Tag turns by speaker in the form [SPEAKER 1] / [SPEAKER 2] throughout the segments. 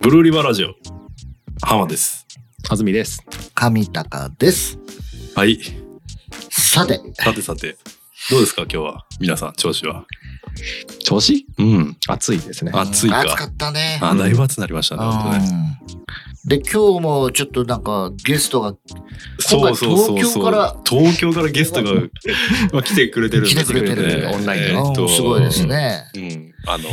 [SPEAKER 1] ブルーリバーラジオ浜です
[SPEAKER 2] あずみです。
[SPEAKER 3] 上高です。
[SPEAKER 1] はい
[SPEAKER 3] さて、
[SPEAKER 1] さてさてどうですか今日は皆さん調子は
[SPEAKER 2] 調子うん。暑いですね。
[SPEAKER 1] 暑いか
[SPEAKER 3] 暑かったね。
[SPEAKER 1] あだいぶ暑くなりましたね本当ね
[SPEAKER 3] うんで、今日もちょっとなんかゲストが
[SPEAKER 1] そうそうそうそう
[SPEAKER 3] 今回
[SPEAKER 1] 東京からゲストがまあ来てくれてるんですけど
[SPEAKER 3] 来てくれてる
[SPEAKER 1] ね
[SPEAKER 2] オンラインでね
[SPEAKER 1] えーっ
[SPEAKER 3] う
[SPEAKER 1] と
[SPEAKER 3] んすごいですね。
[SPEAKER 1] うんあの
[SPEAKER 2] う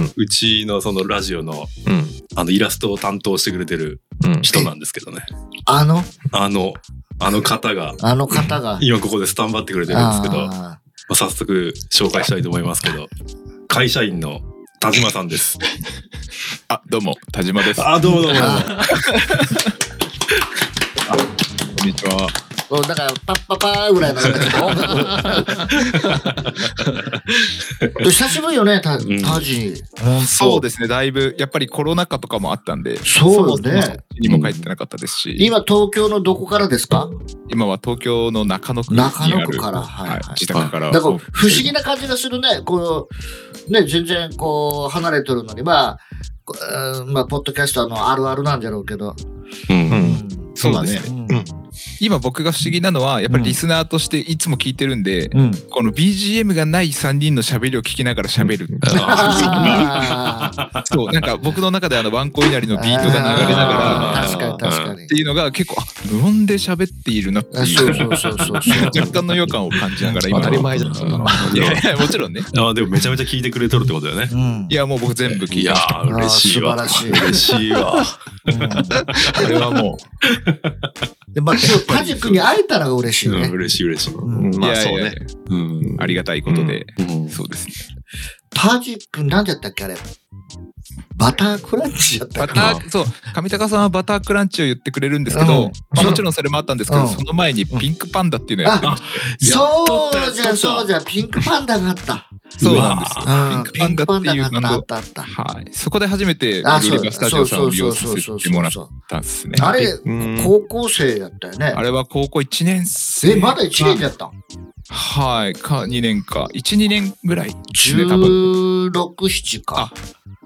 [SPEAKER 2] ん
[SPEAKER 1] うちのそのラジオの
[SPEAKER 2] うん。
[SPEAKER 1] あのイラストを担当してくれてる
[SPEAKER 2] うん。
[SPEAKER 1] 人なんですけどね
[SPEAKER 3] あの、
[SPEAKER 1] あのあの方が
[SPEAKER 3] あの方が。
[SPEAKER 1] 今ここでスタンバってくれてるんですけどま
[SPEAKER 3] あ
[SPEAKER 1] あ早速紹介したいと思いますけど会社員の田島さんです
[SPEAKER 4] あ、どうも、田島です。こ
[SPEAKER 1] あどうもどうもどうも
[SPEAKER 3] ーあ
[SPEAKER 4] んにちは。
[SPEAKER 3] そうだから、パッパパーぐらいのなんだけど で久しぶりよね、た
[SPEAKER 1] ん
[SPEAKER 3] タジ。
[SPEAKER 4] そうですね、だいぶ、やっぱりコロナ禍とかもあったんで、
[SPEAKER 3] そうよね
[SPEAKER 4] そもそも家にも帰ってなかったですし、
[SPEAKER 3] 今、東京のどこからですか
[SPEAKER 4] 今は東京の中野区にある
[SPEAKER 3] 中野区から。は
[SPEAKER 4] はいい、
[SPEAKER 3] はい。
[SPEAKER 4] 自宅から。
[SPEAKER 3] なんか不思議な感じがするね。こう、ね、全然こう、離れてるのに、まあ、こうんまあ、ポッドキャスターのあるあるなんじゃろうけど。
[SPEAKER 1] うん
[SPEAKER 2] う。
[SPEAKER 3] うんん
[SPEAKER 4] そうだね
[SPEAKER 3] ん
[SPEAKER 2] うん
[SPEAKER 4] 今僕が不思議なのは、やっぱりリスナーとしていつも聞いてるんで、
[SPEAKER 3] うん。
[SPEAKER 4] この BGM がない3人の喋りを聞きながら喋る。
[SPEAKER 3] あー
[SPEAKER 4] そう、なんか僕の中であの、ワンコイナリのビートが流れなが
[SPEAKER 3] あ
[SPEAKER 4] ら、
[SPEAKER 3] ー確かに確かに
[SPEAKER 4] って。いうのが結構、あ無音で喋っているなって
[SPEAKER 3] あ
[SPEAKER 4] い
[SPEAKER 3] そう
[SPEAKER 4] う。
[SPEAKER 3] そうそうそう
[SPEAKER 4] 若干の予感を感じながら今
[SPEAKER 2] 当たり前じゃん。そんなの
[SPEAKER 4] いやいやもちろんね
[SPEAKER 1] あでもめちゃめちゃ聞いてくれとるってことだよね。
[SPEAKER 3] うん
[SPEAKER 4] いやもう僕全部聞い
[SPEAKER 1] い
[SPEAKER 4] て
[SPEAKER 1] や
[SPEAKER 4] ま
[SPEAKER 1] ー嬉しい
[SPEAKER 4] した
[SPEAKER 1] わ。
[SPEAKER 3] あー素晴らしい
[SPEAKER 1] 嬉しいわ。
[SPEAKER 3] うん
[SPEAKER 4] これはも
[SPEAKER 3] で、まあ、今日、カジ君に会えたら嬉しいうね
[SPEAKER 1] ん、。嬉しい嬉しい。
[SPEAKER 3] う
[SPEAKER 2] うんん
[SPEAKER 4] う
[SPEAKER 2] まあ
[SPEAKER 4] いやい
[SPEAKER 2] そ
[SPEAKER 4] や
[SPEAKER 2] う
[SPEAKER 4] いや
[SPEAKER 2] ね。
[SPEAKER 1] うん。
[SPEAKER 4] ありがたいことで、
[SPEAKER 1] うん
[SPEAKER 4] そうですね
[SPEAKER 3] タジ君、なんじゃったっけあれ。バタークランチやった
[SPEAKER 4] バ
[SPEAKER 3] っ
[SPEAKER 4] タ
[SPEAKER 3] け
[SPEAKER 4] ーそう上高さんはバタークランチを言ってくれるんですけど、
[SPEAKER 3] うん
[SPEAKER 4] まあもちろんそれもあったんですけど、
[SPEAKER 3] うん
[SPEAKER 4] その前にピンクパンダっていうのをやってました
[SPEAKER 3] そうじゃ、そうじゃ、ピンクパンダがあった。
[SPEAKER 4] そうなんですよ
[SPEAKER 3] うん
[SPEAKER 4] ピンクパンダってい
[SPEAKER 3] ピンク
[SPEAKER 4] う
[SPEAKER 3] パンダがあった、あった、あった。
[SPEAKER 4] はい、そこで初めてル
[SPEAKER 3] あ、そ
[SPEAKER 4] ー
[SPEAKER 3] う
[SPEAKER 4] レ
[SPEAKER 3] だ
[SPEAKER 4] バスタジオさんを利用さ
[SPEAKER 3] そうそう
[SPEAKER 4] せ
[SPEAKER 3] そ
[SPEAKER 4] て
[SPEAKER 3] うそう
[SPEAKER 4] もらっ
[SPEAKER 3] そう
[SPEAKER 4] たんですね。
[SPEAKER 3] あれ、
[SPEAKER 2] うん
[SPEAKER 3] 高校生だったよね。
[SPEAKER 4] あれは高校1年生。
[SPEAKER 3] え、まだ1年だったの
[SPEAKER 4] はい、か2年か。1、2年ぐらいですね、多分。
[SPEAKER 3] ?16、7か。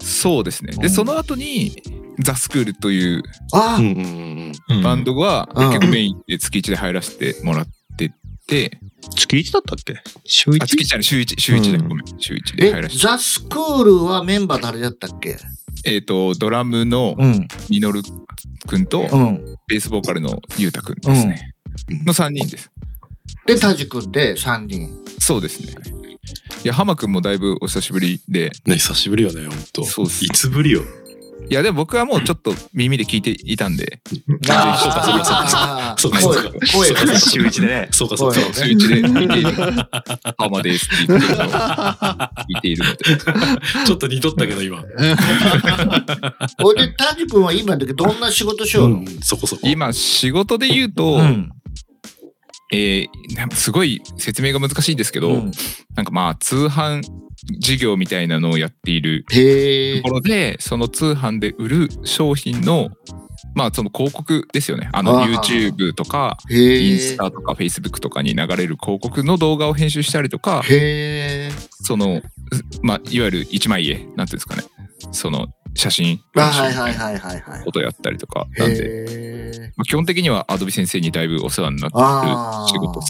[SPEAKER 4] そうですね。
[SPEAKER 3] う
[SPEAKER 4] で、
[SPEAKER 3] ん
[SPEAKER 4] その後に、ザ・スクールという
[SPEAKER 3] あ
[SPEAKER 1] う、んうん
[SPEAKER 2] うん
[SPEAKER 4] バンドが、
[SPEAKER 3] うん
[SPEAKER 4] 結構メインで月1で入らせてもらってて、
[SPEAKER 2] 月一だったっけ週
[SPEAKER 4] あ、月1
[SPEAKER 2] 一
[SPEAKER 4] じゃない、週1、週1で、
[SPEAKER 2] うん
[SPEAKER 4] ごめん、週1で入
[SPEAKER 3] え
[SPEAKER 4] ら、せて。
[SPEAKER 3] ザ・スクールはメンバー誰だったっけ
[SPEAKER 4] えっ、と、ドラムの
[SPEAKER 3] うん、
[SPEAKER 4] ミノルくんと、
[SPEAKER 3] うん。
[SPEAKER 4] ベースボーカルのゆうたくんですね。の3人です。
[SPEAKER 3] で、タジ君で3人。
[SPEAKER 4] そうですね。いや、ハマくんもだいぶお久しぶりで、
[SPEAKER 1] ね、久しぶりよね、ほんと。
[SPEAKER 4] そうっす
[SPEAKER 1] いつぶりよ。
[SPEAKER 4] いや、でも僕はもうちょっと耳で聞いていたんで、
[SPEAKER 3] あー
[SPEAKER 1] そうか、
[SPEAKER 3] 声
[SPEAKER 1] そうか。
[SPEAKER 3] 声
[SPEAKER 1] そうか
[SPEAKER 2] 週一でね。
[SPEAKER 1] そうか、そう
[SPEAKER 3] そう
[SPEAKER 4] 週1で聞いている、ハマですって言ってるのを聞いているので。
[SPEAKER 1] か。ちょっと似とったけど、今。
[SPEAKER 3] ほいで、タジ君は今だけどんな仕事しようの
[SPEAKER 1] そこそこ。
[SPEAKER 4] 今、仕事で言うと、
[SPEAKER 3] うん
[SPEAKER 4] えーなんかすごい説明が難しいんですけど、
[SPEAKER 3] うん
[SPEAKER 4] なんかまあ通販事業みたいなのをやっている
[SPEAKER 3] へえ
[SPEAKER 4] とこ。ろで、その通販で売る商品の、まあその広告ですよね。あの
[SPEAKER 3] あー
[SPEAKER 4] YouTube とか、イ
[SPEAKER 3] へ
[SPEAKER 4] ンス
[SPEAKER 3] え。
[SPEAKER 4] タとか Facebook とかに流れる広告の動画を編集したりとか、
[SPEAKER 3] へえ。
[SPEAKER 4] その、まあいわゆる一枚絵、なんていうんですかね。その写真、
[SPEAKER 3] あ、はいはいはいはいはい。
[SPEAKER 4] ことやったりとか、なんで、
[SPEAKER 3] へえ。
[SPEAKER 4] まあ、基本的には Adobe 先生にだいぶお世話になって
[SPEAKER 3] あー
[SPEAKER 4] る仕事で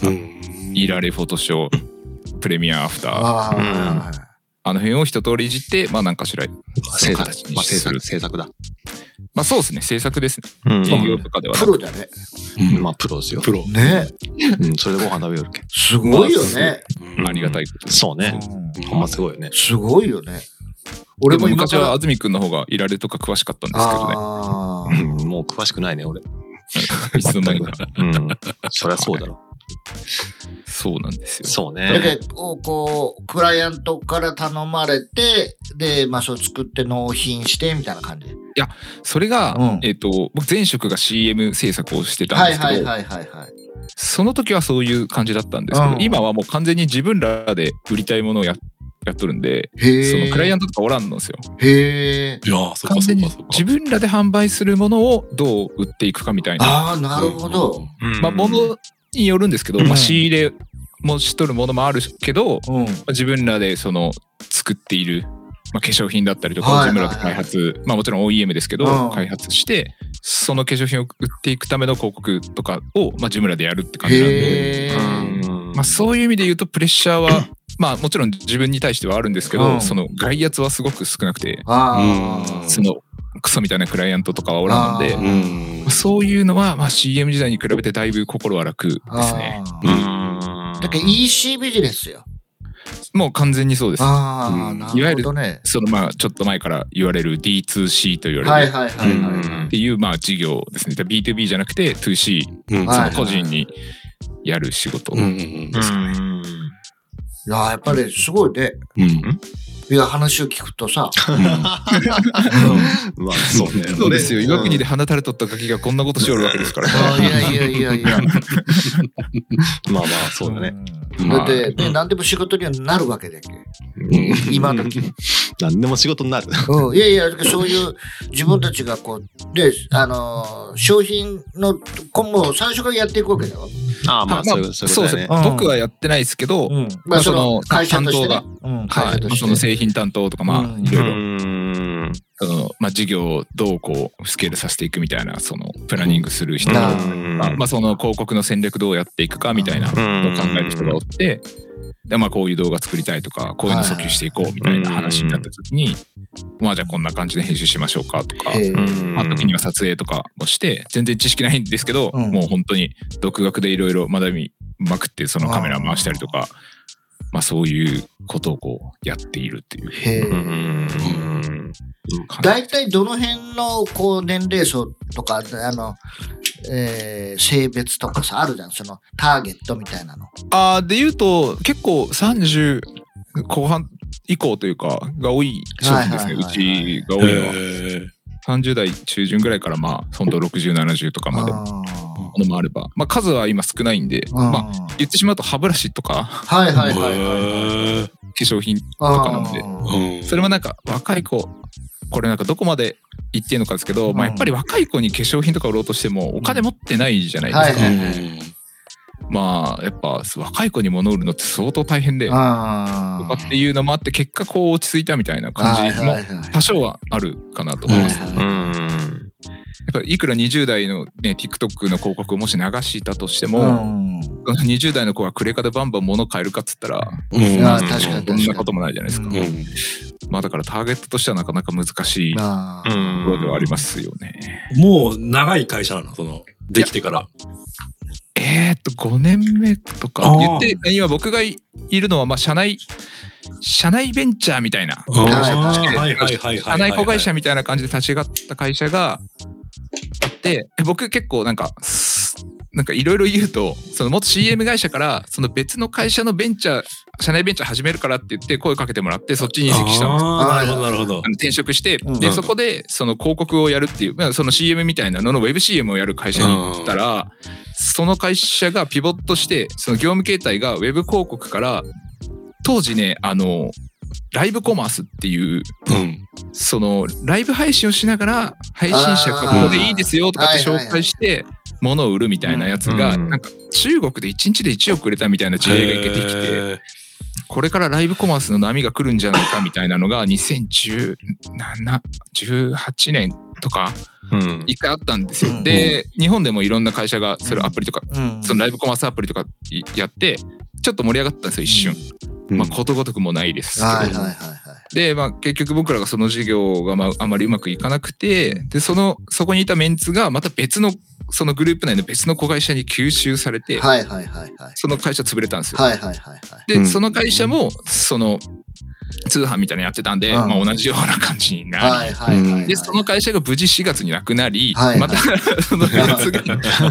[SPEAKER 4] すね。
[SPEAKER 1] うん
[SPEAKER 4] いられフォトショー、プレミアアフター、
[SPEAKER 3] ああ、
[SPEAKER 2] うん
[SPEAKER 4] あの辺を一通りいじって、まあなんかしら、そ
[SPEAKER 2] 制
[SPEAKER 4] の
[SPEAKER 2] 作
[SPEAKER 4] 形。に
[SPEAKER 2] まあ制
[SPEAKER 4] す
[SPEAKER 2] 作、
[SPEAKER 4] る。
[SPEAKER 2] 制作だ。
[SPEAKER 4] まあそうですね、制作ですね。
[SPEAKER 2] う
[SPEAKER 4] 営
[SPEAKER 2] ん。
[SPEAKER 4] 業とかではな
[SPEAKER 3] プ
[SPEAKER 4] く
[SPEAKER 3] ロだね。
[SPEAKER 1] うん
[SPEAKER 2] まあプロですよ。
[SPEAKER 1] プロ。
[SPEAKER 3] ね。
[SPEAKER 2] うん。それでご飯食べよるけん。
[SPEAKER 3] すごいよね。
[SPEAKER 4] ありがた
[SPEAKER 1] い。
[SPEAKER 4] いことです。
[SPEAKER 2] そうね。ほんますごいよね。
[SPEAKER 3] すごいよね。
[SPEAKER 4] で
[SPEAKER 3] 俺
[SPEAKER 4] も
[SPEAKER 3] も今
[SPEAKER 4] 昔
[SPEAKER 3] か
[SPEAKER 4] は
[SPEAKER 3] ら。
[SPEAKER 4] 安住くんの方がいられとか詳しかったんですけどね。
[SPEAKER 3] あ
[SPEAKER 2] う
[SPEAKER 3] あ。
[SPEAKER 2] ん。もう詳しくないね、俺。
[SPEAKER 4] いつの間にか。
[SPEAKER 2] うん。そりゃそうだろ。
[SPEAKER 4] そうなんですよ。
[SPEAKER 2] そう
[SPEAKER 3] だ
[SPEAKER 2] ね。
[SPEAKER 3] けど、こう、クライアントから頼まれて、で、まあ、そう作って納品して、みたいな感じ。
[SPEAKER 4] それが、
[SPEAKER 3] うん
[SPEAKER 4] えっ、と、僕前職が CM 制作をしてたん
[SPEAKER 3] は
[SPEAKER 4] で
[SPEAKER 3] い
[SPEAKER 4] すけど、
[SPEAKER 3] はいはいはいはい。
[SPEAKER 4] その時はそういう感じだったんですけど、
[SPEAKER 3] うん
[SPEAKER 4] 今はもう完全に自分らで売りたいものをややっとるんで、そ
[SPEAKER 3] へえ。
[SPEAKER 4] のクライア
[SPEAKER 3] ン
[SPEAKER 4] ントとかおらんのですよ。
[SPEAKER 3] ト。へえ。
[SPEAKER 1] いやー、そっ
[SPEAKER 4] 完
[SPEAKER 1] か、そ
[SPEAKER 4] 全
[SPEAKER 1] っ
[SPEAKER 4] に
[SPEAKER 1] か、そっ
[SPEAKER 4] 自
[SPEAKER 1] か。
[SPEAKER 4] 分らで販売するものをどう売っていくかみたいな。
[SPEAKER 3] ああ、なるほど。
[SPEAKER 4] まあ、ものによるんですけど、
[SPEAKER 3] うん
[SPEAKER 4] まあ、仕入れもしとるものもあるけど、ま
[SPEAKER 3] うん。
[SPEAKER 4] あ自分らでその作っているまあ、化粧品だったりと
[SPEAKER 3] は
[SPEAKER 4] か
[SPEAKER 3] い
[SPEAKER 4] ジムラ
[SPEAKER 3] はい
[SPEAKER 4] で
[SPEAKER 3] はい
[SPEAKER 4] 開発、まあ、もちろん OEM ですけ
[SPEAKER 3] うん
[SPEAKER 4] ど開発してその化粧品を売っていくための広告とかを、まあ、ジムラでやるって感じなんで、
[SPEAKER 3] へ
[SPEAKER 2] う
[SPEAKER 3] え。
[SPEAKER 2] ん
[SPEAKER 4] まあ、そういう意味で言うとプレッシャーはまあもちろん自分に対してはあるんですけど、
[SPEAKER 3] うん
[SPEAKER 4] その外圧はすごく少なくて
[SPEAKER 3] あ
[SPEAKER 2] う
[SPEAKER 3] あ
[SPEAKER 2] ん。
[SPEAKER 4] そのクソみたいなクライアントとかはおらんので
[SPEAKER 3] あー
[SPEAKER 2] う。ん
[SPEAKER 4] まあそういうのは、まあ、CM 時代に比べてだいぶ心は楽ですね。
[SPEAKER 3] あー
[SPEAKER 2] うん
[SPEAKER 3] だから EC ビジネスよ。
[SPEAKER 4] もう完全にそうです。
[SPEAKER 3] ああ、
[SPEAKER 2] うん
[SPEAKER 3] ない
[SPEAKER 4] わゆ
[SPEAKER 3] るほ
[SPEAKER 4] る
[SPEAKER 3] どね。
[SPEAKER 4] そのまあちょっと前から言われる D2C と言わ
[SPEAKER 3] は
[SPEAKER 4] れ
[SPEAKER 3] い
[SPEAKER 4] る
[SPEAKER 3] はいはいはい。
[SPEAKER 2] うん
[SPEAKER 4] っていうまあ事業ですね。だから B2B じゃなくて 2C、
[SPEAKER 2] うん
[SPEAKER 3] はい
[SPEAKER 4] 個人にやる仕事。
[SPEAKER 1] うんうん
[SPEAKER 3] いやー、やっぱりすごいね。
[SPEAKER 1] うんうん
[SPEAKER 3] いや、話を聞くとさ、
[SPEAKER 2] まあそうね。
[SPEAKER 4] そうですよ。
[SPEAKER 3] うん
[SPEAKER 4] 岩国で放たれとったガキがこんなことしおるわけですから。
[SPEAKER 3] あーいやいやいやいや。
[SPEAKER 2] まあまあそうだね。
[SPEAKER 3] う
[SPEAKER 4] う
[SPEAKER 3] ん。
[SPEAKER 4] んまあ
[SPEAKER 3] だって、ね、何でも仕事にはなるわけだけど。今時。
[SPEAKER 2] 何でも仕事になる。
[SPEAKER 3] うん、いやいや、そういう自分たちがこう、で、あのー商品の、今後最初からやっていくわけだよ。
[SPEAKER 2] ああま
[SPEAKER 4] ま
[SPEAKER 2] あ
[SPEAKER 4] あ
[SPEAKER 2] そういうそういうこ
[SPEAKER 4] そう
[SPEAKER 2] とだ
[SPEAKER 4] ですね。。
[SPEAKER 2] よね
[SPEAKER 3] うん
[SPEAKER 4] 僕はやってないですけど、
[SPEAKER 3] うん。ま
[SPEAKER 4] まあ
[SPEAKER 3] あ、その、
[SPEAKER 4] その
[SPEAKER 3] 会社として、ね。
[SPEAKER 4] 担
[SPEAKER 3] うん、会
[SPEAKER 4] は
[SPEAKER 3] 社
[SPEAKER 4] い。ま
[SPEAKER 3] と
[SPEAKER 4] あ
[SPEAKER 3] して。
[SPEAKER 4] その製品担当とか、ま
[SPEAKER 3] うん
[SPEAKER 4] あいろいろ
[SPEAKER 2] ん。
[SPEAKER 4] その、まあ、事業をどうこうスケールさせていくみたいなそのプランニングする人
[SPEAKER 3] な
[SPEAKER 4] が、
[SPEAKER 3] る
[SPEAKER 4] まあまあ、その広告の戦略どうやっていくかみたいなのを考える人がおって、でまあ、こういう動画作りたいとかこういうの訴求していこうみたいな話になった時に、まあじゃあこんな感じで編集しましょうかとか。
[SPEAKER 3] へー
[SPEAKER 4] まあ、時には撮影とかもして全然知識ないんですけど、
[SPEAKER 3] うん
[SPEAKER 4] もう本当に独学でいろいろ学びまくってそのカメラ回したりとかまあそういうことをこうやっているっていう
[SPEAKER 3] へー
[SPEAKER 4] 感じ
[SPEAKER 3] 大体どの辺のこう年齢層とかあの、えー性別とかさあるじゃんそのターゲットみたいなの。
[SPEAKER 4] あーで言うと結構30後半以降というかが多い商品ですね、
[SPEAKER 3] はいはいはいはいう
[SPEAKER 4] ちが多いのは30代中旬ぐらいからまあ本当6070とかまでものもあればまあ数は今少ないんで
[SPEAKER 3] うん
[SPEAKER 4] まあ言ってしまうと歯ブラシとか
[SPEAKER 3] はいはいはいはいはい。
[SPEAKER 1] へ
[SPEAKER 4] 化粧品かなんで
[SPEAKER 3] あ
[SPEAKER 1] ーうん
[SPEAKER 4] それもなんか若い子これなんかどこまで言っていいのかですけど、
[SPEAKER 3] うん
[SPEAKER 4] まあ、やっぱり若い子に化粧品とか売ろうとしてもお金持ってないじゃないですか、
[SPEAKER 3] はいはい
[SPEAKER 4] まあやっぱ若い子に物売るのって相当大変で
[SPEAKER 3] ー
[SPEAKER 4] と
[SPEAKER 3] あ
[SPEAKER 4] かっていうのもあって結果こう落ち着いたみたいな感じも
[SPEAKER 3] はいはいはい
[SPEAKER 4] 多少はあるかなと思います、
[SPEAKER 3] はいはい
[SPEAKER 2] うん。
[SPEAKER 4] やっぱりいくら20代の、ね、TikTok の広告をもし流したとしても、
[SPEAKER 3] うん
[SPEAKER 4] 20代の子がクレカでバンバン物買えるかっつったら
[SPEAKER 1] うん
[SPEAKER 3] あー確かに確
[SPEAKER 4] そ
[SPEAKER 3] か
[SPEAKER 4] ん
[SPEAKER 3] に。
[SPEAKER 4] なこともないじゃないですか、
[SPEAKER 3] う
[SPEAKER 1] うん
[SPEAKER 4] まあだからターゲットとしてはなかなか難しいと
[SPEAKER 3] あ
[SPEAKER 2] う。
[SPEAKER 3] ー
[SPEAKER 4] ころではありますすよね、
[SPEAKER 1] もう長い会社なのそのできてから
[SPEAKER 4] えー、っと5年目とか
[SPEAKER 1] あ
[SPEAKER 4] 言っ
[SPEAKER 1] ー
[SPEAKER 4] て今僕がいるのはまあ社内社内ベンチャーみたいな
[SPEAKER 1] あー
[SPEAKER 3] 確か
[SPEAKER 4] に
[SPEAKER 1] はいはいはいはい
[SPEAKER 4] 社内子会社みたいな感じで立ち上がった会社があって僕結構なんかすなんかいろいろ言うとその元 CM 会社からその別の会社のベンチャー社内ベンチャー始めるからって言って声かけてもらってそっちに移籍したんです
[SPEAKER 1] あーなるほどなるほど
[SPEAKER 4] あの転職して、
[SPEAKER 3] うん
[SPEAKER 4] でそこでその広告をやるっていうまあその CM みたいなののウェブ CM をやる会社に行ったら、その会社がピボットしてその業務形態がウェブ広告から当時ねあのライブコマースっていう
[SPEAKER 1] うん
[SPEAKER 4] そのライブ配信をしながら配信者がここでいいですよとかって
[SPEAKER 3] あー
[SPEAKER 4] 紹介して物を売るみたいなやつが、
[SPEAKER 2] うんうん
[SPEAKER 4] なんか中国で1日で1億売れたみたいな事例が出てきて。
[SPEAKER 1] へー
[SPEAKER 4] これからライブコマースの波が来るんじゃないかみたいなのが2017、18年とか
[SPEAKER 2] うん。
[SPEAKER 4] 一回あったんです
[SPEAKER 3] うん
[SPEAKER 4] よ。で、日本でもいろんな会社がそれアプリとか、
[SPEAKER 3] うん
[SPEAKER 4] そのライブコマースアプリとかやって、ちょっと盛り上がったんですよ、一瞬。まあ、ことごとくもないですけど。
[SPEAKER 3] はいはいはいはい。
[SPEAKER 4] で、まあ、結局僕らがその事業がまああまりうまくいかなくて、で、その、そこにいたメンツがまた別の、そのグループ内の別の子会社に吸収されて、
[SPEAKER 3] はいはいはいはい。
[SPEAKER 4] その会社潰れたんですよ。
[SPEAKER 3] はいはいはいはい。
[SPEAKER 4] で、
[SPEAKER 2] うん
[SPEAKER 4] その会社もその通販みたいなのやってたんで、
[SPEAKER 3] うん
[SPEAKER 4] まあ、同じような感じになり、
[SPEAKER 3] はいはいはいはい。
[SPEAKER 4] でその会社が無事4月になくなり、
[SPEAKER 3] はい
[SPEAKER 4] またその別 が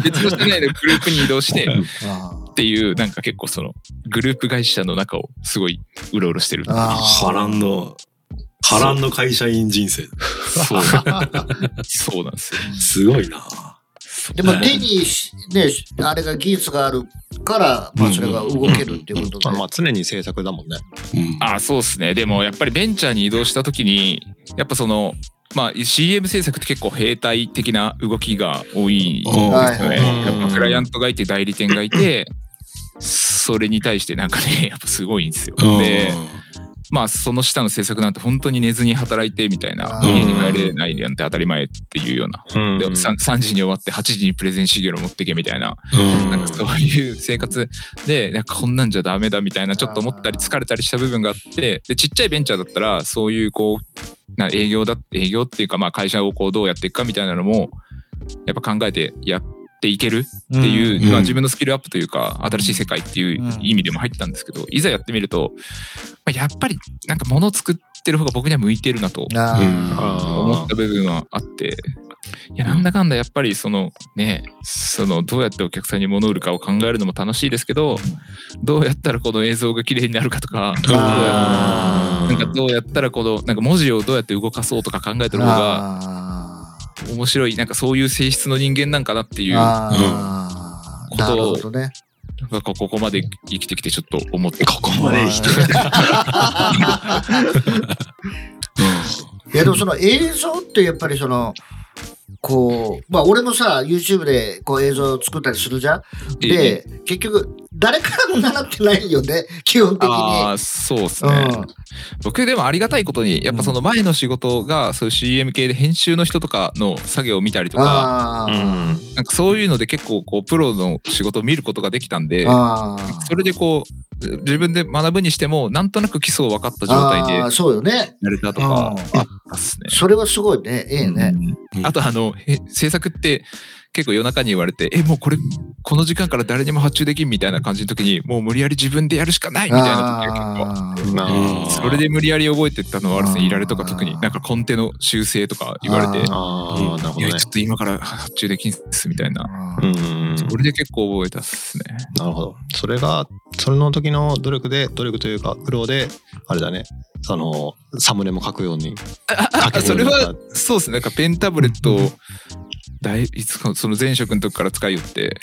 [SPEAKER 4] 別の社内のグループに移動して っ
[SPEAKER 3] あー
[SPEAKER 4] ていうなんか結構そのグループ会社の中をすごいうろうろしてる
[SPEAKER 3] あー
[SPEAKER 1] 波乱の波乱の会社員人生
[SPEAKER 4] そうそうなんですよ
[SPEAKER 1] すごいな
[SPEAKER 4] そう
[SPEAKER 3] でも手にしね、あれが技術があるから、まあ、それが動けるっていうことで。
[SPEAKER 2] まあ常に制作だもんね。
[SPEAKER 1] うん
[SPEAKER 4] あそうですねでもやっぱりベンチャーに移動した時にやっぱそのまあ CM 制作って結構兵隊的な動きが多いんですよね、
[SPEAKER 3] はいはい
[SPEAKER 4] やっぱクライアントがいて代理店 がいてそれに対してなんかねやっぱすごいんですよ、
[SPEAKER 1] うん
[SPEAKER 4] でまあその下の制作なんて本当に寝ずに働いてみたいな
[SPEAKER 3] うん
[SPEAKER 4] 家に帰れないなんて当たり前っていうような、
[SPEAKER 2] うん
[SPEAKER 4] で 3, 3時に終わって8時にプレゼン資料持ってけみたいな,、
[SPEAKER 1] うん
[SPEAKER 4] なんかそういう生活でなんかこんなんじゃダメだみたいなちょっと思ったり疲れたりした部分があってでちっちゃいベンチャーだったらそういうこうな営業だ営業っていうかまあ会社をこうどうやっていくかみたいなのもやっぱ考えてやっていける
[SPEAKER 3] て
[SPEAKER 4] っていう、
[SPEAKER 1] うん
[SPEAKER 4] まあ、自分のスキルアップというか新しい世界っていう
[SPEAKER 3] うん
[SPEAKER 4] 意味でも入ったんですけど、いざやってみると、まあ、やっぱりなんか物を作ってる方が僕には向いてるなと
[SPEAKER 3] あー
[SPEAKER 4] 思った部分はあっていやなんだかんだやっぱりそのねそのどうやってお客さんに物を売るかを考えるのも楽しいですけどどうやったらこの映像が綺麗になるかとかどうや
[SPEAKER 3] あ
[SPEAKER 4] なんかどうやったらこのなんか文字をどうやって動かそうとか考えてる方が
[SPEAKER 3] あー
[SPEAKER 4] 面白いなんかそういう性質の人間なんかなっていう
[SPEAKER 3] あー
[SPEAKER 4] うん
[SPEAKER 3] なるほどね。
[SPEAKER 4] なんかここまで生きてきてちょっと思って
[SPEAKER 1] ここまで生きてる。
[SPEAKER 3] いやでもその映像ってやっぱりそのこうまあ俺もさ YouTube でこう映像を作ったりするじゃん。
[SPEAKER 4] え
[SPEAKER 3] で結局誰からも習ってないよね基本的
[SPEAKER 4] あ
[SPEAKER 3] に。
[SPEAKER 4] あそうです
[SPEAKER 3] う
[SPEAKER 4] ね、
[SPEAKER 3] ん
[SPEAKER 4] 僕でもありがたいことにやっぱその前の仕事がそういう CM 系で編集の人とかの作業を見たりと
[SPEAKER 3] あ
[SPEAKER 4] か
[SPEAKER 2] う
[SPEAKER 3] ー
[SPEAKER 2] ん
[SPEAKER 4] なんかそういうので結構こうプロの仕事を見ることができたんで
[SPEAKER 3] あー。
[SPEAKER 4] それでこう自分で学ぶにしてもなんとなく基礎を分かった状態で
[SPEAKER 3] あーそうよね。
[SPEAKER 4] やれたと
[SPEAKER 3] う
[SPEAKER 4] か
[SPEAKER 3] ん
[SPEAKER 4] あったっすね。
[SPEAKER 3] それはすごいね。ええね。
[SPEAKER 1] うん
[SPEAKER 4] あとあのへ制作って結構夜中に言われて「えもうこれこの時間から誰にも発注できん」みたいな感じの時にもう無理やり自分でやるしかないみたいな時が結構
[SPEAKER 3] あー
[SPEAKER 2] な
[SPEAKER 1] うん
[SPEAKER 4] それで無理やり覚えてったのはあれです
[SPEAKER 3] あ
[SPEAKER 4] ね
[SPEAKER 3] ー
[SPEAKER 4] いられとか特になんかコンテの修正とか言われて
[SPEAKER 3] あ
[SPEAKER 2] ああなる
[SPEAKER 4] 「い
[SPEAKER 2] ほど
[SPEAKER 4] や
[SPEAKER 2] ね
[SPEAKER 4] ちょっと今から発注できんっす」みたいな
[SPEAKER 2] うんうん
[SPEAKER 4] それで結構覚えたっすね
[SPEAKER 2] なるほどそれがそれの時の努力で努力というか苦労であれだねあのサムネも書くように書
[SPEAKER 4] あ
[SPEAKER 2] け
[SPEAKER 4] そ
[SPEAKER 2] る
[SPEAKER 4] れ
[SPEAKER 2] ようになった
[SPEAKER 4] はそうですねなんかペンタブレットをだいいつかその前職の時から使いよって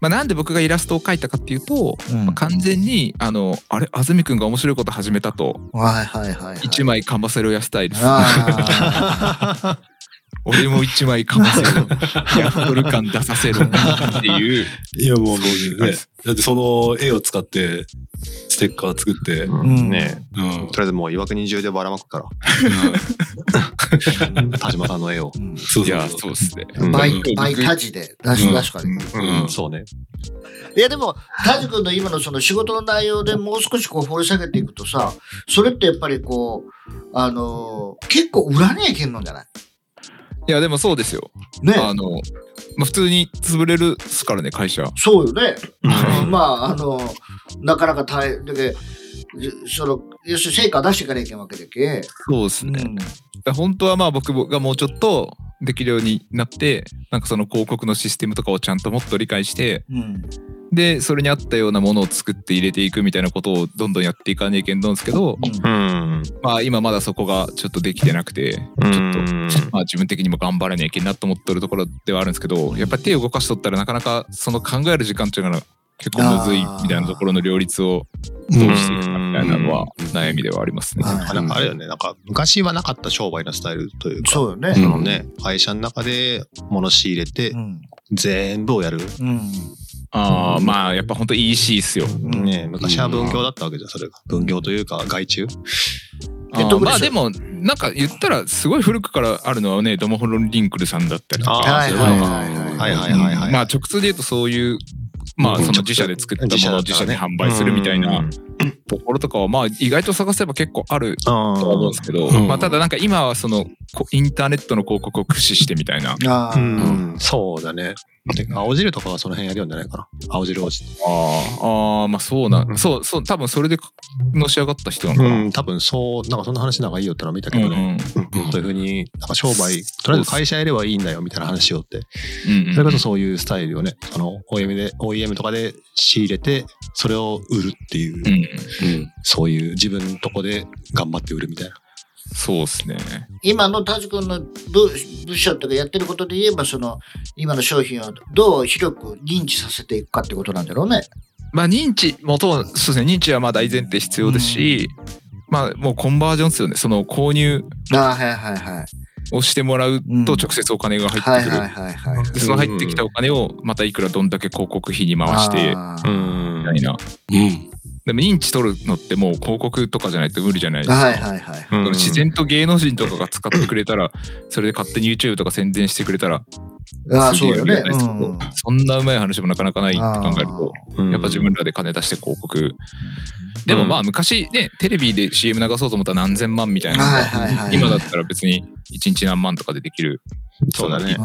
[SPEAKER 4] まあなんで僕がイラストを描いたかっていうと
[SPEAKER 3] うん
[SPEAKER 4] まあ完全にあのあれ安住くんが面白いこと始めたと
[SPEAKER 3] はいはいはいはい。
[SPEAKER 4] 一枚カンバセロやしたいです
[SPEAKER 3] あ
[SPEAKER 4] 俺も一枚カンバセロやっとる感出させるっていう
[SPEAKER 1] いやもうもう
[SPEAKER 4] そうで
[SPEAKER 1] ね
[SPEAKER 4] す、
[SPEAKER 1] だってその絵を使ってステッカー作って、うん
[SPEAKER 3] ん
[SPEAKER 2] ね
[SPEAKER 1] うん
[SPEAKER 2] えとりあえずもういわくに中でばらまくから田島さんの絵を
[SPEAKER 3] ーう ん
[SPEAKER 1] そう
[SPEAKER 4] い
[SPEAKER 1] そう
[SPEAKER 4] や
[SPEAKER 1] そ
[SPEAKER 4] そううですね
[SPEAKER 2] うん
[SPEAKER 3] バイ
[SPEAKER 1] うん
[SPEAKER 3] バイタジで確
[SPEAKER 1] うん
[SPEAKER 3] 確かに。
[SPEAKER 1] うん
[SPEAKER 2] うんそうね
[SPEAKER 3] いやでも、タジ君の今のその仕事の内容でもう少しこう掘り下げていくとさ、それってやっぱりこう、あのー結構売らねえけんのじゃない
[SPEAKER 4] いやでもそうですよ
[SPEAKER 3] ね
[SPEAKER 4] あの、まあ、普通に潰れるっすからね会社
[SPEAKER 3] そうよね。
[SPEAKER 2] うん
[SPEAKER 3] うんまあ、あのなかなか大変だけどその、要するに成果出していかねえけんわけでけ。
[SPEAKER 4] そうです
[SPEAKER 3] うん
[SPEAKER 4] 本当はまあ僕がもうちょっとできるようになってなんかその広告のシステムとかをちゃんともっと理解して
[SPEAKER 3] うん。
[SPEAKER 4] でそれに合ったようなものを作って入れていくみたいなことをどんどんやっていかねえけんどんですけど、
[SPEAKER 2] うん
[SPEAKER 4] まあ今まだそこがちょっとできてなくて
[SPEAKER 2] う
[SPEAKER 4] ちょっと
[SPEAKER 2] ん
[SPEAKER 4] まあ、自分的にも頑張らねえけんなと思ってるところではあるんですけどやっぱり手を動かしとったらなかなかその考える時間っていうのが結構むずいみたいなところの両立をどうしていくかみたいなのは悩みではありますね。
[SPEAKER 3] は
[SPEAKER 2] あなんかあれだよねなんか昔はなかった商売のスタイルという
[SPEAKER 3] い、
[SPEAKER 2] か
[SPEAKER 3] そうよね。
[SPEAKER 2] そのね会社の中で物仕入れて
[SPEAKER 3] ん。
[SPEAKER 2] 全部をやる
[SPEAKER 3] うん。
[SPEAKER 4] ああまあやっぱ本当 EC っすよ。
[SPEAKER 3] うん
[SPEAKER 2] ねえ昔は文教だったわけじゃんそれが文教というか外注
[SPEAKER 4] あー
[SPEAKER 3] 特に
[SPEAKER 4] まあでもなんか言ったらすごい古くからあるのはねドモホロンリンクルさんだったりと
[SPEAKER 2] あ
[SPEAKER 4] か
[SPEAKER 2] ー
[SPEAKER 3] はいはいはい
[SPEAKER 2] は
[SPEAKER 3] はいい。
[SPEAKER 2] はいはいはい
[SPEAKER 4] まあ直通で言うとそういうまあその自社で作ったものを自社で販売するみたいなところとかはまあ意外と探せば結構ある
[SPEAKER 2] とは
[SPEAKER 4] とは思うんですけど、
[SPEAKER 1] うん
[SPEAKER 4] まあ、ただなんか今はそのこインターネットの広告を駆使してみたいな
[SPEAKER 3] あ
[SPEAKER 2] う
[SPEAKER 3] ー
[SPEAKER 2] ん、そうだね。で青汁とかはその辺やるようになるんじゃないかな。青汁王子。
[SPEAKER 4] ああまあそうな、
[SPEAKER 2] うん
[SPEAKER 4] そうそう多分それでのし上がった人なの
[SPEAKER 2] う
[SPEAKER 4] かな、
[SPEAKER 2] ん、多分そう、なんかそんな話なんかいいよってのは見たけどね。
[SPEAKER 4] うん
[SPEAKER 1] うん
[SPEAKER 2] そういうふうに、なんか商売、とりあえず会社やればいいんだよみたいな話をって。
[SPEAKER 4] うんうん
[SPEAKER 2] それこそそういうスタイルをね、あの、OEM で、OEM とかで仕入れて、それを売るっていう、
[SPEAKER 4] うん
[SPEAKER 1] うん
[SPEAKER 2] そういう自分のとこで頑張って売るみたいな。
[SPEAKER 4] そうですね
[SPEAKER 3] 今のタジ君の部部署とかやってることで言えばその今の商品をどう広く認知させていくかってことなんだろうね。
[SPEAKER 4] まあ認知もとそうですね認知はまあ大前提必要ですし、まあもうコンバージョンですよねその購入
[SPEAKER 3] ああはいはいはい。
[SPEAKER 4] をしてもらう
[SPEAKER 3] うん
[SPEAKER 4] と直接お金が入
[SPEAKER 3] はい
[SPEAKER 4] ってくる、
[SPEAKER 3] はいはいはい。
[SPEAKER 4] でその入ってきたお金をまたいくらどんだけ広告費に回して
[SPEAKER 3] あ
[SPEAKER 2] う
[SPEAKER 3] ー
[SPEAKER 2] ん
[SPEAKER 4] みたいな
[SPEAKER 1] うん
[SPEAKER 4] でも認知取るのってもう広告とかじゃないと無理じゃないですか。
[SPEAKER 3] はいはいはい。
[SPEAKER 2] うん
[SPEAKER 4] その自然と芸能人とかが使ってくれ たら、それで勝手に YouTube とか宣伝してくれたら、
[SPEAKER 3] ああ、
[SPEAKER 4] す
[SPEAKER 3] そ
[SPEAKER 4] げ
[SPEAKER 3] う
[SPEAKER 4] え
[SPEAKER 3] よ
[SPEAKER 4] 売り
[SPEAKER 3] ね
[SPEAKER 4] 上。がりですけど
[SPEAKER 3] うん
[SPEAKER 4] そんなうまい話もなかなかないって考えると、
[SPEAKER 2] うん
[SPEAKER 4] やっぱ自分らで金出して広告。でもまあ昔ね、テレビで CM 流そうと思ったら何千万みたい
[SPEAKER 3] は。
[SPEAKER 4] ない
[SPEAKER 3] はいはい。
[SPEAKER 4] 今だったら別に1日何万とかでできる、
[SPEAKER 2] そうだね。
[SPEAKER 3] う
[SPEAKER 2] うん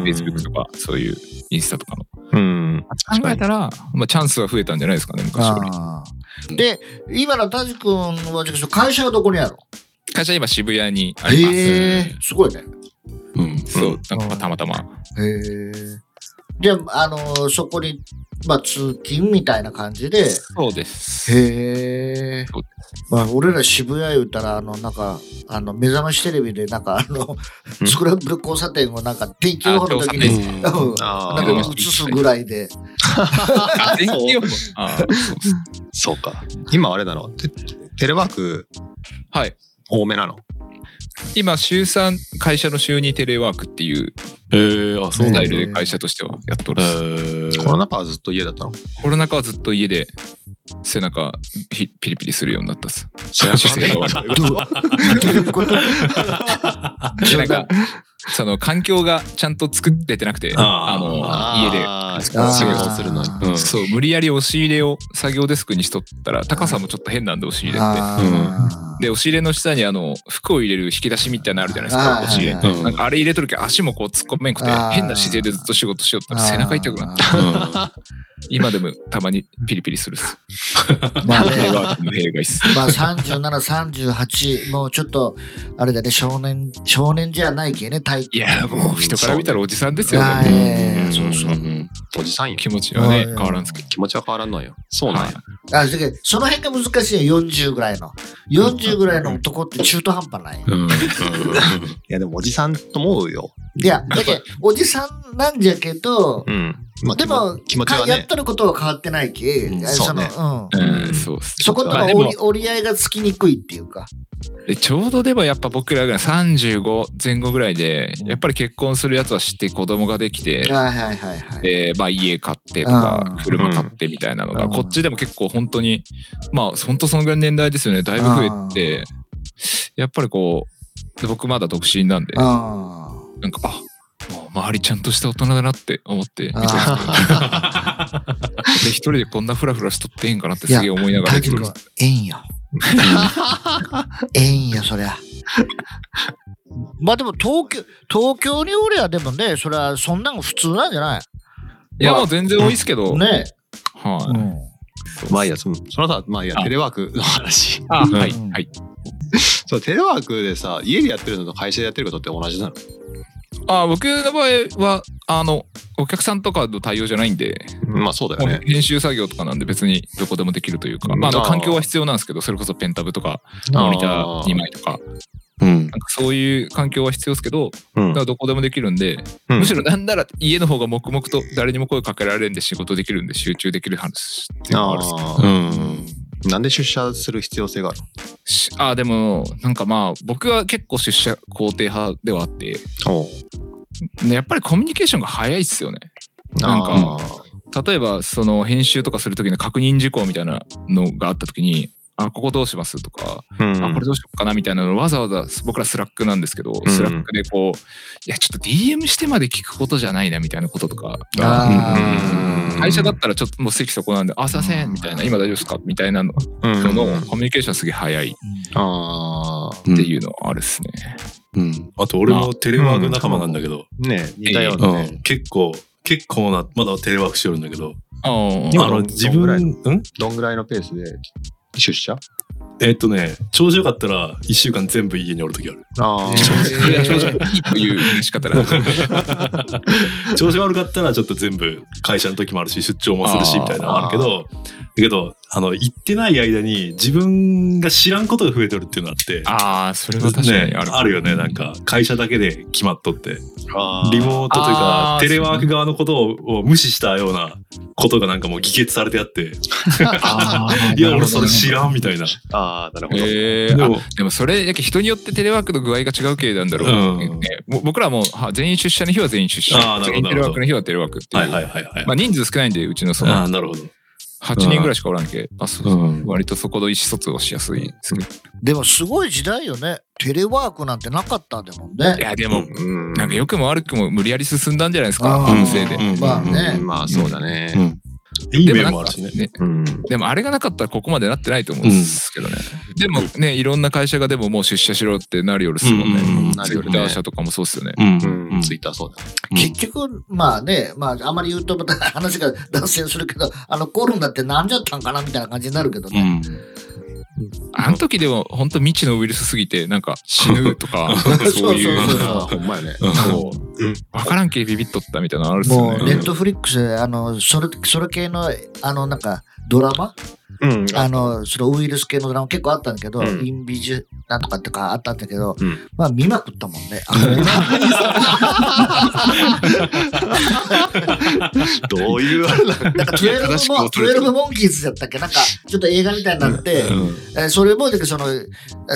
[SPEAKER 2] ん
[SPEAKER 4] Facebook とかそういうインスタとかの。
[SPEAKER 2] うん。
[SPEAKER 4] 考えたら、まあチャンスは増えたんじゃないですかね、昔より。
[SPEAKER 3] あーで、今の田地君は、会社はどこにあるの
[SPEAKER 4] 会社は今渋谷にあります。
[SPEAKER 3] へえ、すごいね。
[SPEAKER 1] うん。
[SPEAKER 4] そう
[SPEAKER 2] う、
[SPEAKER 4] なんかたまたま。
[SPEAKER 3] へえ。じゃあ、あのーそこに、まあ、通勤みたいな感じで。
[SPEAKER 4] そうです。
[SPEAKER 3] へえ
[SPEAKER 4] そう。
[SPEAKER 3] まあ、俺ら渋谷言うたら、あの、なんか、あの、目覚ましテレビで、なんか、あの、
[SPEAKER 2] ん
[SPEAKER 3] スクランブル交差点をなんか、天気予報の時に、
[SPEAKER 1] うん
[SPEAKER 3] うん
[SPEAKER 2] あ
[SPEAKER 3] なん
[SPEAKER 2] あ
[SPEAKER 3] か映すぐらいで。
[SPEAKER 4] あ、天気予報。あーそうそう
[SPEAKER 2] そうか。今あれなのテテレワーク
[SPEAKER 4] はい。
[SPEAKER 2] 多めなの
[SPEAKER 4] 今、週3、会社の週2テレワークっていう
[SPEAKER 1] えー、あ、そう
[SPEAKER 4] ス
[SPEAKER 1] な
[SPEAKER 4] タ
[SPEAKER 1] ん
[SPEAKER 4] イ
[SPEAKER 1] だ。
[SPEAKER 4] ルで会社としてはやってお
[SPEAKER 1] え
[SPEAKER 4] る。
[SPEAKER 2] コロ
[SPEAKER 1] ー、
[SPEAKER 2] ナ禍はずっと家だったの
[SPEAKER 4] コロナ禍はずっと家で背中ピピリピリするようになったっす。
[SPEAKER 2] 知ら
[SPEAKER 4] なかった
[SPEAKER 3] どうどういうこと
[SPEAKER 4] でなんか、その環境がちゃんと作れてなくて、
[SPEAKER 1] あ
[SPEAKER 4] あの、家で。
[SPEAKER 3] あー
[SPEAKER 2] 仕事をするのに。
[SPEAKER 1] うん、
[SPEAKER 4] そう無理やり押し入れを作業デスクにしとったら高さもちょっと変なんで押し入れって
[SPEAKER 3] あー
[SPEAKER 4] で押し入れの下にあの服を入れる引き出しみたいなのあるじゃないですか
[SPEAKER 3] あー
[SPEAKER 4] 押し入れ、
[SPEAKER 3] はい
[SPEAKER 1] はい
[SPEAKER 4] なんかあれ入れとるけど足もこう突っ込めんくて
[SPEAKER 3] あー
[SPEAKER 4] 変な姿勢でずっと仕事しよったら背中痛くなって
[SPEAKER 3] あ
[SPEAKER 4] 今でもたまにピリピリするっ す
[SPEAKER 3] ー まあ
[SPEAKER 4] テレ
[SPEAKER 3] ね
[SPEAKER 4] ワークの弊害っす
[SPEAKER 3] まあ37、38、もうちょっと、あれだね、少年、少年じゃないけね、体
[SPEAKER 4] いやーもう人から見たらおじさんですよ
[SPEAKER 3] は
[SPEAKER 4] ね
[SPEAKER 3] いえーそうそう
[SPEAKER 1] うん
[SPEAKER 2] おじさんよ。
[SPEAKER 4] 気持ちはね
[SPEAKER 3] うん
[SPEAKER 4] 変わらんすけど
[SPEAKER 2] 気持ちは変わらんのよ。そうなんや。
[SPEAKER 3] あだけどその辺が難しいよ、40ぐらいの。40ぐらいの男って中途半端ない。
[SPEAKER 1] うん。
[SPEAKER 2] いや、でもおじさんと思うよ。
[SPEAKER 3] いや、だけどおじさんなんじゃけど
[SPEAKER 2] う、ん。まあ
[SPEAKER 3] でも、
[SPEAKER 2] 気持ちは
[SPEAKER 3] かやっ
[SPEAKER 2] ね。
[SPEAKER 3] とることは変わってないき、
[SPEAKER 1] うん
[SPEAKER 3] あ
[SPEAKER 2] そ
[SPEAKER 3] そう
[SPEAKER 2] ね
[SPEAKER 3] のうん
[SPEAKER 4] うんそうっす
[SPEAKER 3] そこと
[SPEAKER 4] まあ
[SPEAKER 3] の
[SPEAKER 4] でも
[SPEAKER 3] 折り折り合いがつきにくいっていうか。
[SPEAKER 4] でちょうどでもやっぱ僕らが35前後ぐらいでやっぱり結婚するやつは知って子供ができて
[SPEAKER 3] はいはいはいはい。
[SPEAKER 4] で、まあ、家買ってと
[SPEAKER 3] う
[SPEAKER 4] か
[SPEAKER 3] ん
[SPEAKER 4] 車買ってみたいなのが、
[SPEAKER 3] うん
[SPEAKER 4] こっちでも結構本当にまあ本当そのぐらいの年代ですよねだいぶ増えてやっぱりこうで僕まだ独身なんで
[SPEAKER 3] あ
[SPEAKER 4] なんかあもう周りちゃんとした大人だなって思って
[SPEAKER 3] あー。
[SPEAKER 4] で一人でこんなフラフラしとってへんかなってすげえ思いながら
[SPEAKER 3] 大樹君、ええんよ。ええんよ、そりゃ。まあでも東京、東京におりゃでもね、それはそんなの普通なんじゃない
[SPEAKER 4] いやもう全然多いですけど、
[SPEAKER 3] ねえ。
[SPEAKER 4] はい、
[SPEAKER 3] ん
[SPEAKER 2] まあいいや、そのそのさ、まあいいや、
[SPEAKER 4] あ
[SPEAKER 2] テレワークの話。
[SPEAKER 4] あはい
[SPEAKER 3] うん
[SPEAKER 4] はい
[SPEAKER 2] そう、テレワークでさ、家でやってるのと会社でやってることって同じなの
[SPEAKER 4] あ僕の場合はあのお客さんとかの対応じゃないんで、
[SPEAKER 2] まあそうだよね。
[SPEAKER 4] 編集作業とかなんで別にどこでもできるというか、まあ、あの
[SPEAKER 2] あー
[SPEAKER 4] 環境は必要なんですけどそれこそペンタブとか
[SPEAKER 2] あー
[SPEAKER 4] モニター2枚とか
[SPEAKER 1] うん。
[SPEAKER 4] なんかそういう環境は必要ですけど
[SPEAKER 2] うん
[SPEAKER 4] だからどこでもできるんで、
[SPEAKER 2] うん
[SPEAKER 4] むしろなんなら家の方が黙々と誰にも声かけられるんで仕事できるんで集中できる話っていうのがあるんです
[SPEAKER 2] あ
[SPEAKER 1] う
[SPEAKER 2] ー
[SPEAKER 1] ん。
[SPEAKER 2] なんで出社する必要性がある
[SPEAKER 4] しあーでもなんかまあ僕は結構出社肯定派ではあって、
[SPEAKER 2] お
[SPEAKER 4] ね、やっぱりコミュニケーションが早いっすよね。なんか例えばその編集とかする時の確認事項みたいなのがあった時に「あここどうします?」とか「あこれどうしようかな」みたいなのをわざわざ僕らスラックなんですけど、
[SPEAKER 2] ん
[SPEAKER 4] スラックでこう「いやちょっと DM してまで聞くことじゃないな」みたいなこととかが
[SPEAKER 3] あ
[SPEAKER 2] ー
[SPEAKER 4] 会社だったらちょっともう席そこなんで「あすいません」みたいな「今大丈夫ですか?」みたいなの
[SPEAKER 2] うん
[SPEAKER 4] ののコミュニケーションすげえ早いっ
[SPEAKER 2] ああ
[SPEAKER 1] う
[SPEAKER 4] て
[SPEAKER 1] ん
[SPEAKER 4] いうのはあるっすね。
[SPEAKER 1] うん。あと、俺もテレワーク仲間なんだけど、
[SPEAKER 2] ね似たよう
[SPEAKER 1] う
[SPEAKER 2] なんね
[SPEAKER 1] 結構、結構な、まだテレワークしてるんだけど、
[SPEAKER 4] あー
[SPEAKER 2] 今
[SPEAKER 1] あの、
[SPEAKER 2] どん
[SPEAKER 1] 自
[SPEAKER 2] どんぐらい
[SPEAKER 1] 分、ん
[SPEAKER 2] どんぐらいのペースで出社
[SPEAKER 1] えーっとね、調子よかったら、1週間全部家におるときある。
[SPEAKER 2] あ
[SPEAKER 4] えー正直いいという言い方 だ
[SPEAKER 1] 調子悪かったら、ちょっと全部、会社の時もあるし、出張もするし、
[SPEAKER 4] あー
[SPEAKER 1] みたいなのもあるけど、だけど、あの、行ってない間に、自分が知らんことが増えてるっていうのがあって、
[SPEAKER 4] ああそれは確かに
[SPEAKER 1] ね
[SPEAKER 4] ある、
[SPEAKER 1] あるよね、なんか、会社だけで決まっとって。
[SPEAKER 2] あ
[SPEAKER 1] リモートというか
[SPEAKER 4] あー
[SPEAKER 1] テレワーク側のことをを無視したようなことがなんかもう議決されてあって
[SPEAKER 4] あー
[SPEAKER 1] いや俺それ知らんみたいな
[SPEAKER 2] あーなるほど
[SPEAKER 4] え
[SPEAKER 1] で
[SPEAKER 4] ー、あ
[SPEAKER 1] も
[SPEAKER 4] でもそれやけ人によってテレワークの具合が違う系なんだろう、ね
[SPEAKER 1] うん
[SPEAKER 4] もう僕らはもうは全員出社の日は全員出社
[SPEAKER 1] あーなる
[SPEAKER 4] 全
[SPEAKER 1] ほど
[SPEAKER 4] 員テレワークの日はテレワークっていう、
[SPEAKER 1] はいはいはいはい、
[SPEAKER 4] まあ、人数少ないんでうちのその、
[SPEAKER 1] あ
[SPEAKER 4] は
[SPEAKER 1] あなるほど
[SPEAKER 4] 8人ぐらいしかおらんけ、あそう
[SPEAKER 1] うん
[SPEAKER 4] 割とそこの意思疎通をしやすいですね
[SPEAKER 3] でもすごい時代よね。テレワークなんてなかったんだもんね
[SPEAKER 4] い。やでも、
[SPEAKER 2] うん
[SPEAKER 4] なんか良くも悪くも無理やり進んだんじゃないですか
[SPEAKER 3] あー
[SPEAKER 4] このせいで
[SPEAKER 1] うん
[SPEAKER 3] まあね。
[SPEAKER 2] まあそうだね。
[SPEAKER 1] いい
[SPEAKER 4] でも
[SPEAKER 1] 面
[SPEAKER 4] なん
[SPEAKER 1] もある
[SPEAKER 4] か
[SPEAKER 1] しね。
[SPEAKER 4] ね
[SPEAKER 2] うん。
[SPEAKER 4] でもあれがなかったらここまでなってないと思うんですけどね、でもねいろんな会社がでももう出社しろってなるよりすもんね、
[SPEAKER 1] うんうんうん
[SPEAKER 2] な
[SPEAKER 4] な
[SPEAKER 2] る
[SPEAKER 4] るよ
[SPEAKER 2] より
[SPEAKER 4] り
[SPEAKER 2] ね
[SPEAKER 4] ツイッター社とかもそうっすよね、
[SPEAKER 1] うん
[SPEAKER 2] う。
[SPEAKER 1] うんん
[SPEAKER 2] ツイッターそうだね。
[SPEAKER 3] 結局、まあね、まあ、あまり言うとまた話が脱線するけど、あのコロナってなんじゃったんかなみたいな感じになるけど
[SPEAKER 1] う
[SPEAKER 3] ね。
[SPEAKER 1] ん
[SPEAKER 4] あの時でも本当未知のウイルスすぎてなんか死ぬとかなんかそうい
[SPEAKER 3] そうそう
[SPEAKER 4] う
[SPEAKER 3] そう
[SPEAKER 2] ほんまやね。
[SPEAKER 4] 分からんけビビっとったみたいなのあるっすよ
[SPEAKER 3] もう、
[SPEAKER 4] ね
[SPEAKER 3] ネットフリックスで、あの、それ、それ系の、あの、なんか、ドラマ
[SPEAKER 2] うん。
[SPEAKER 3] あの、そのウイルス系のドラマ結構あったんだけど、
[SPEAKER 2] うん
[SPEAKER 3] インビジュなんとかとかあったんだけど、
[SPEAKER 2] うん
[SPEAKER 3] まあ見まくったもんね。あの
[SPEAKER 2] どういうあれだ
[SPEAKER 3] なんか12
[SPEAKER 2] 正しく
[SPEAKER 3] モン、
[SPEAKER 2] 恐れてる
[SPEAKER 3] 12モンキーズだったっけなんか、ちょっと映画みたいになって、えーそれも、だけどその、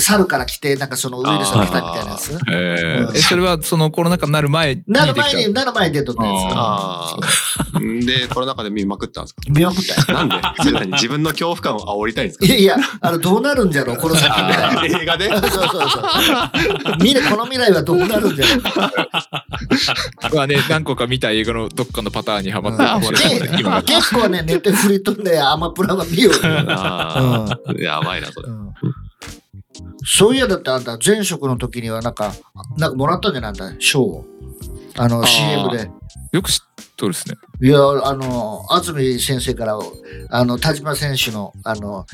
[SPEAKER 3] 猿から来て、なんかそのウイルスが来たみたいなやつ。
[SPEAKER 4] え
[SPEAKER 3] う
[SPEAKER 4] ー
[SPEAKER 3] ん
[SPEAKER 4] えそれはそのコロナ禍になる前に
[SPEAKER 3] なる
[SPEAKER 4] でき
[SPEAKER 3] 前に、なる前に出とったや
[SPEAKER 2] ああ。で、コロナ禍で見まくったんです
[SPEAKER 3] つ。見まくったよ。
[SPEAKER 2] かなんでそ れ何自分の恐怖感を煽りたいんですか
[SPEAKER 3] いやいや、あの、どうなるんじゃろう、この 先みたい
[SPEAKER 2] あ
[SPEAKER 3] な。
[SPEAKER 2] ー映画で
[SPEAKER 3] そうそうそう。未来、この未来はどうなるんじゃろう。
[SPEAKER 4] たまあね何個か見た映画のどっかのパターンにはまった
[SPEAKER 3] で
[SPEAKER 4] 今
[SPEAKER 3] 結構ね、寝て振り飛んで、アマプラは 見ようよ。
[SPEAKER 2] あーやばいな、それ。
[SPEAKER 3] うんそういやだってあんた前職の時にはなんかなんかもらったんじゃないんだ賞をあの
[SPEAKER 4] ー
[SPEAKER 3] CM で
[SPEAKER 4] よく知っとるっすね
[SPEAKER 3] いやあの安住先生からあの田島選手のあの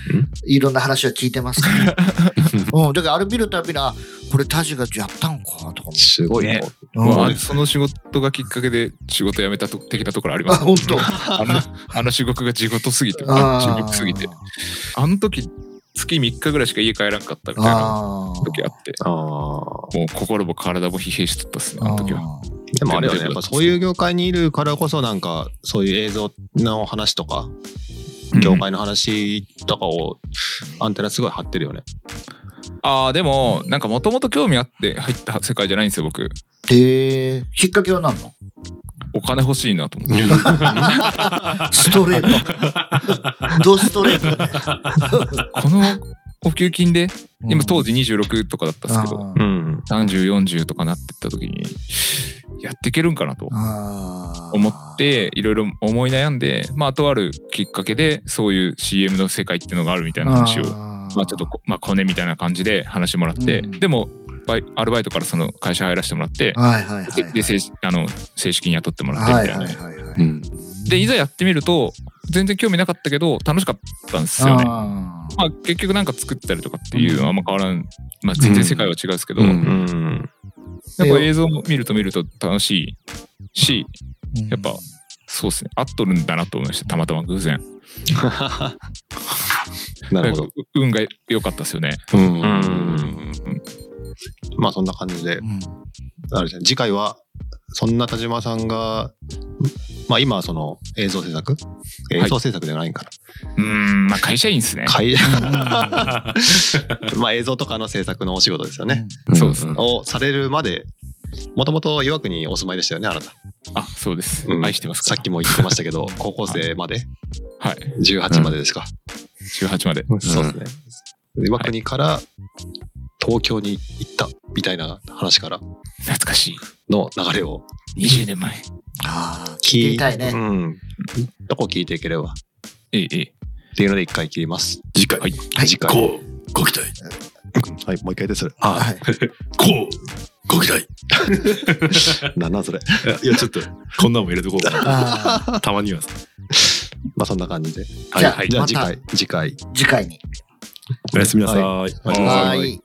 [SPEAKER 3] いろんな話は聞いてますから うんだからあれ見るたびにあこれ田島がやったんかとか
[SPEAKER 2] すごいね。
[SPEAKER 3] 思う、
[SPEAKER 4] ま
[SPEAKER 3] う
[SPEAKER 4] あ
[SPEAKER 3] ん、
[SPEAKER 4] その仕事がきっかけで仕事辞めたと的なところありま
[SPEAKER 3] あ
[SPEAKER 4] す
[SPEAKER 3] 本当
[SPEAKER 4] あのあの仕事が地獄すぎて地
[SPEAKER 3] あー
[SPEAKER 4] 獄すぎてあの時月3日ぐらいしか家帰らんかったみたいな
[SPEAKER 3] あー
[SPEAKER 4] 時あって
[SPEAKER 2] ああ。
[SPEAKER 4] もう心も体も疲弊しとったっすねあの時は
[SPEAKER 3] あー
[SPEAKER 2] でもあれよね、やっぱそういう業界にいるからこそ、なんか、そういう映像の話とか、業界の話とかを、アンテナすごい張ってるよね。
[SPEAKER 4] ああでもなんかもともと興味あって入った世界じゃないんですよ僕
[SPEAKER 3] できっかけは何の
[SPEAKER 4] お金欲しいなと思って
[SPEAKER 3] ストレート ドストレートね
[SPEAKER 4] このお給金で今当
[SPEAKER 3] 時
[SPEAKER 4] 時26とかだったんですけど
[SPEAKER 2] うん。
[SPEAKER 4] 3040とかなってった時にやっていけるんかなと思
[SPEAKER 3] 思
[SPEAKER 4] っていろいろ思い悩んでまあとあるきっかけでそういう CM の世界っていうのがあるみたいな話をまあちょっとこまあコネみたいな感じで話もらって、
[SPEAKER 3] うん
[SPEAKER 4] でもバイアルバイトからその会社入らせてもらって、
[SPEAKER 3] はいはいはい、
[SPEAKER 4] で
[SPEAKER 3] はい、
[SPEAKER 4] で正式あの正式に雇ってもらってみた
[SPEAKER 3] はいい
[SPEAKER 4] な、
[SPEAKER 3] はいはいはい
[SPEAKER 1] うん
[SPEAKER 4] でいざやってみると全然興味なかったけど楽しかったんですよね
[SPEAKER 3] あ
[SPEAKER 4] まあ結局なんか作ったりとかっていうのはあんま変わらん、まあ、全然世界は違うですけど、
[SPEAKER 1] うん
[SPEAKER 2] う。
[SPEAKER 1] うん
[SPEAKER 4] やっぱ映像を見ると見ると楽しいし
[SPEAKER 3] ー
[SPEAKER 4] やっぱそうですね合っとるんだなと思いましたたまたま偶然
[SPEAKER 2] なるほど
[SPEAKER 4] なん。か運が良かったですよね
[SPEAKER 1] うん
[SPEAKER 2] う
[SPEAKER 1] うん
[SPEAKER 2] ん。まあそんな感じで
[SPEAKER 3] う、ん
[SPEAKER 2] あれですね、次回は、そんな田島さんが、まあ今はその映像制作映像制作ではないんかな。
[SPEAKER 4] うーんまあ会社員ですね
[SPEAKER 2] 会
[SPEAKER 3] うん
[SPEAKER 2] まあ映像とかの制作のお仕事ですよね。
[SPEAKER 4] そうです
[SPEAKER 2] をされるまで、もともと岩国にお住まいでしたよね、あなた。
[SPEAKER 4] あそうです、
[SPEAKER 2] うん
[SPEAKER 4] 愛してます
[SPEAKER 2] さ
[SPEAKER 4] か
[SPEAKER 2] っきも言ってましたけ ど、高校生まで、
[SPEAKER 4] らはい
[SPEAKER 2] 18までですか。
[SPEAKER 4] 18まで
[SPEAKER 2] そうですね。岩国から東京に行ったみたいな話から
[SPEAKER 4] 懐かし
[SPEAKER 2] の流れを
[SPEAKER 4] い20年前
[SPEAKER 3] あー聞いて
[SPEAKER 2] 聞
[SPEAKER 3] みたいね、
[SPEAKER 2] うん。どこ聞いていければ。
[SPEAKER 4] ええええ
[SPEAKER 2] っていうので一回切ります。
[SPEAKER 1] 次回
[SPEAKER 4] はい
[SPEAKER 2] 次回。
[SPEAKER 1] こうご期待
[SPEAKER 2] はい、もう一回です。
[SPEAKER 1] は
[SPEAKER 3] はいい
[SPEAKER 1] こうご期待
[SPEAKER 2] なんなんそれ。
[SPEAKER 1] いやちょっとこんなんも入れてこうかな
[SPEAKER 3] あ
[SPEAKER 1] たまにはさ
[SPEAKER 2] まあそんな感じで。
[SPEAKER 3] じゃあ
[SPEAKER 2] じゃあ
[SPEAKER 3] ま
[SPEAKER 2] 次
[SPEAKER 3] た
[SPEAKER 2] 回、次回。
[SPEAKER 3] ー次回に
[SPEAKER 1] おやすみなさい
[SPEAKER 2] はい
[SPEAKER 1] は
[SPEAKER 2] はい
[SPEAKER 3] はい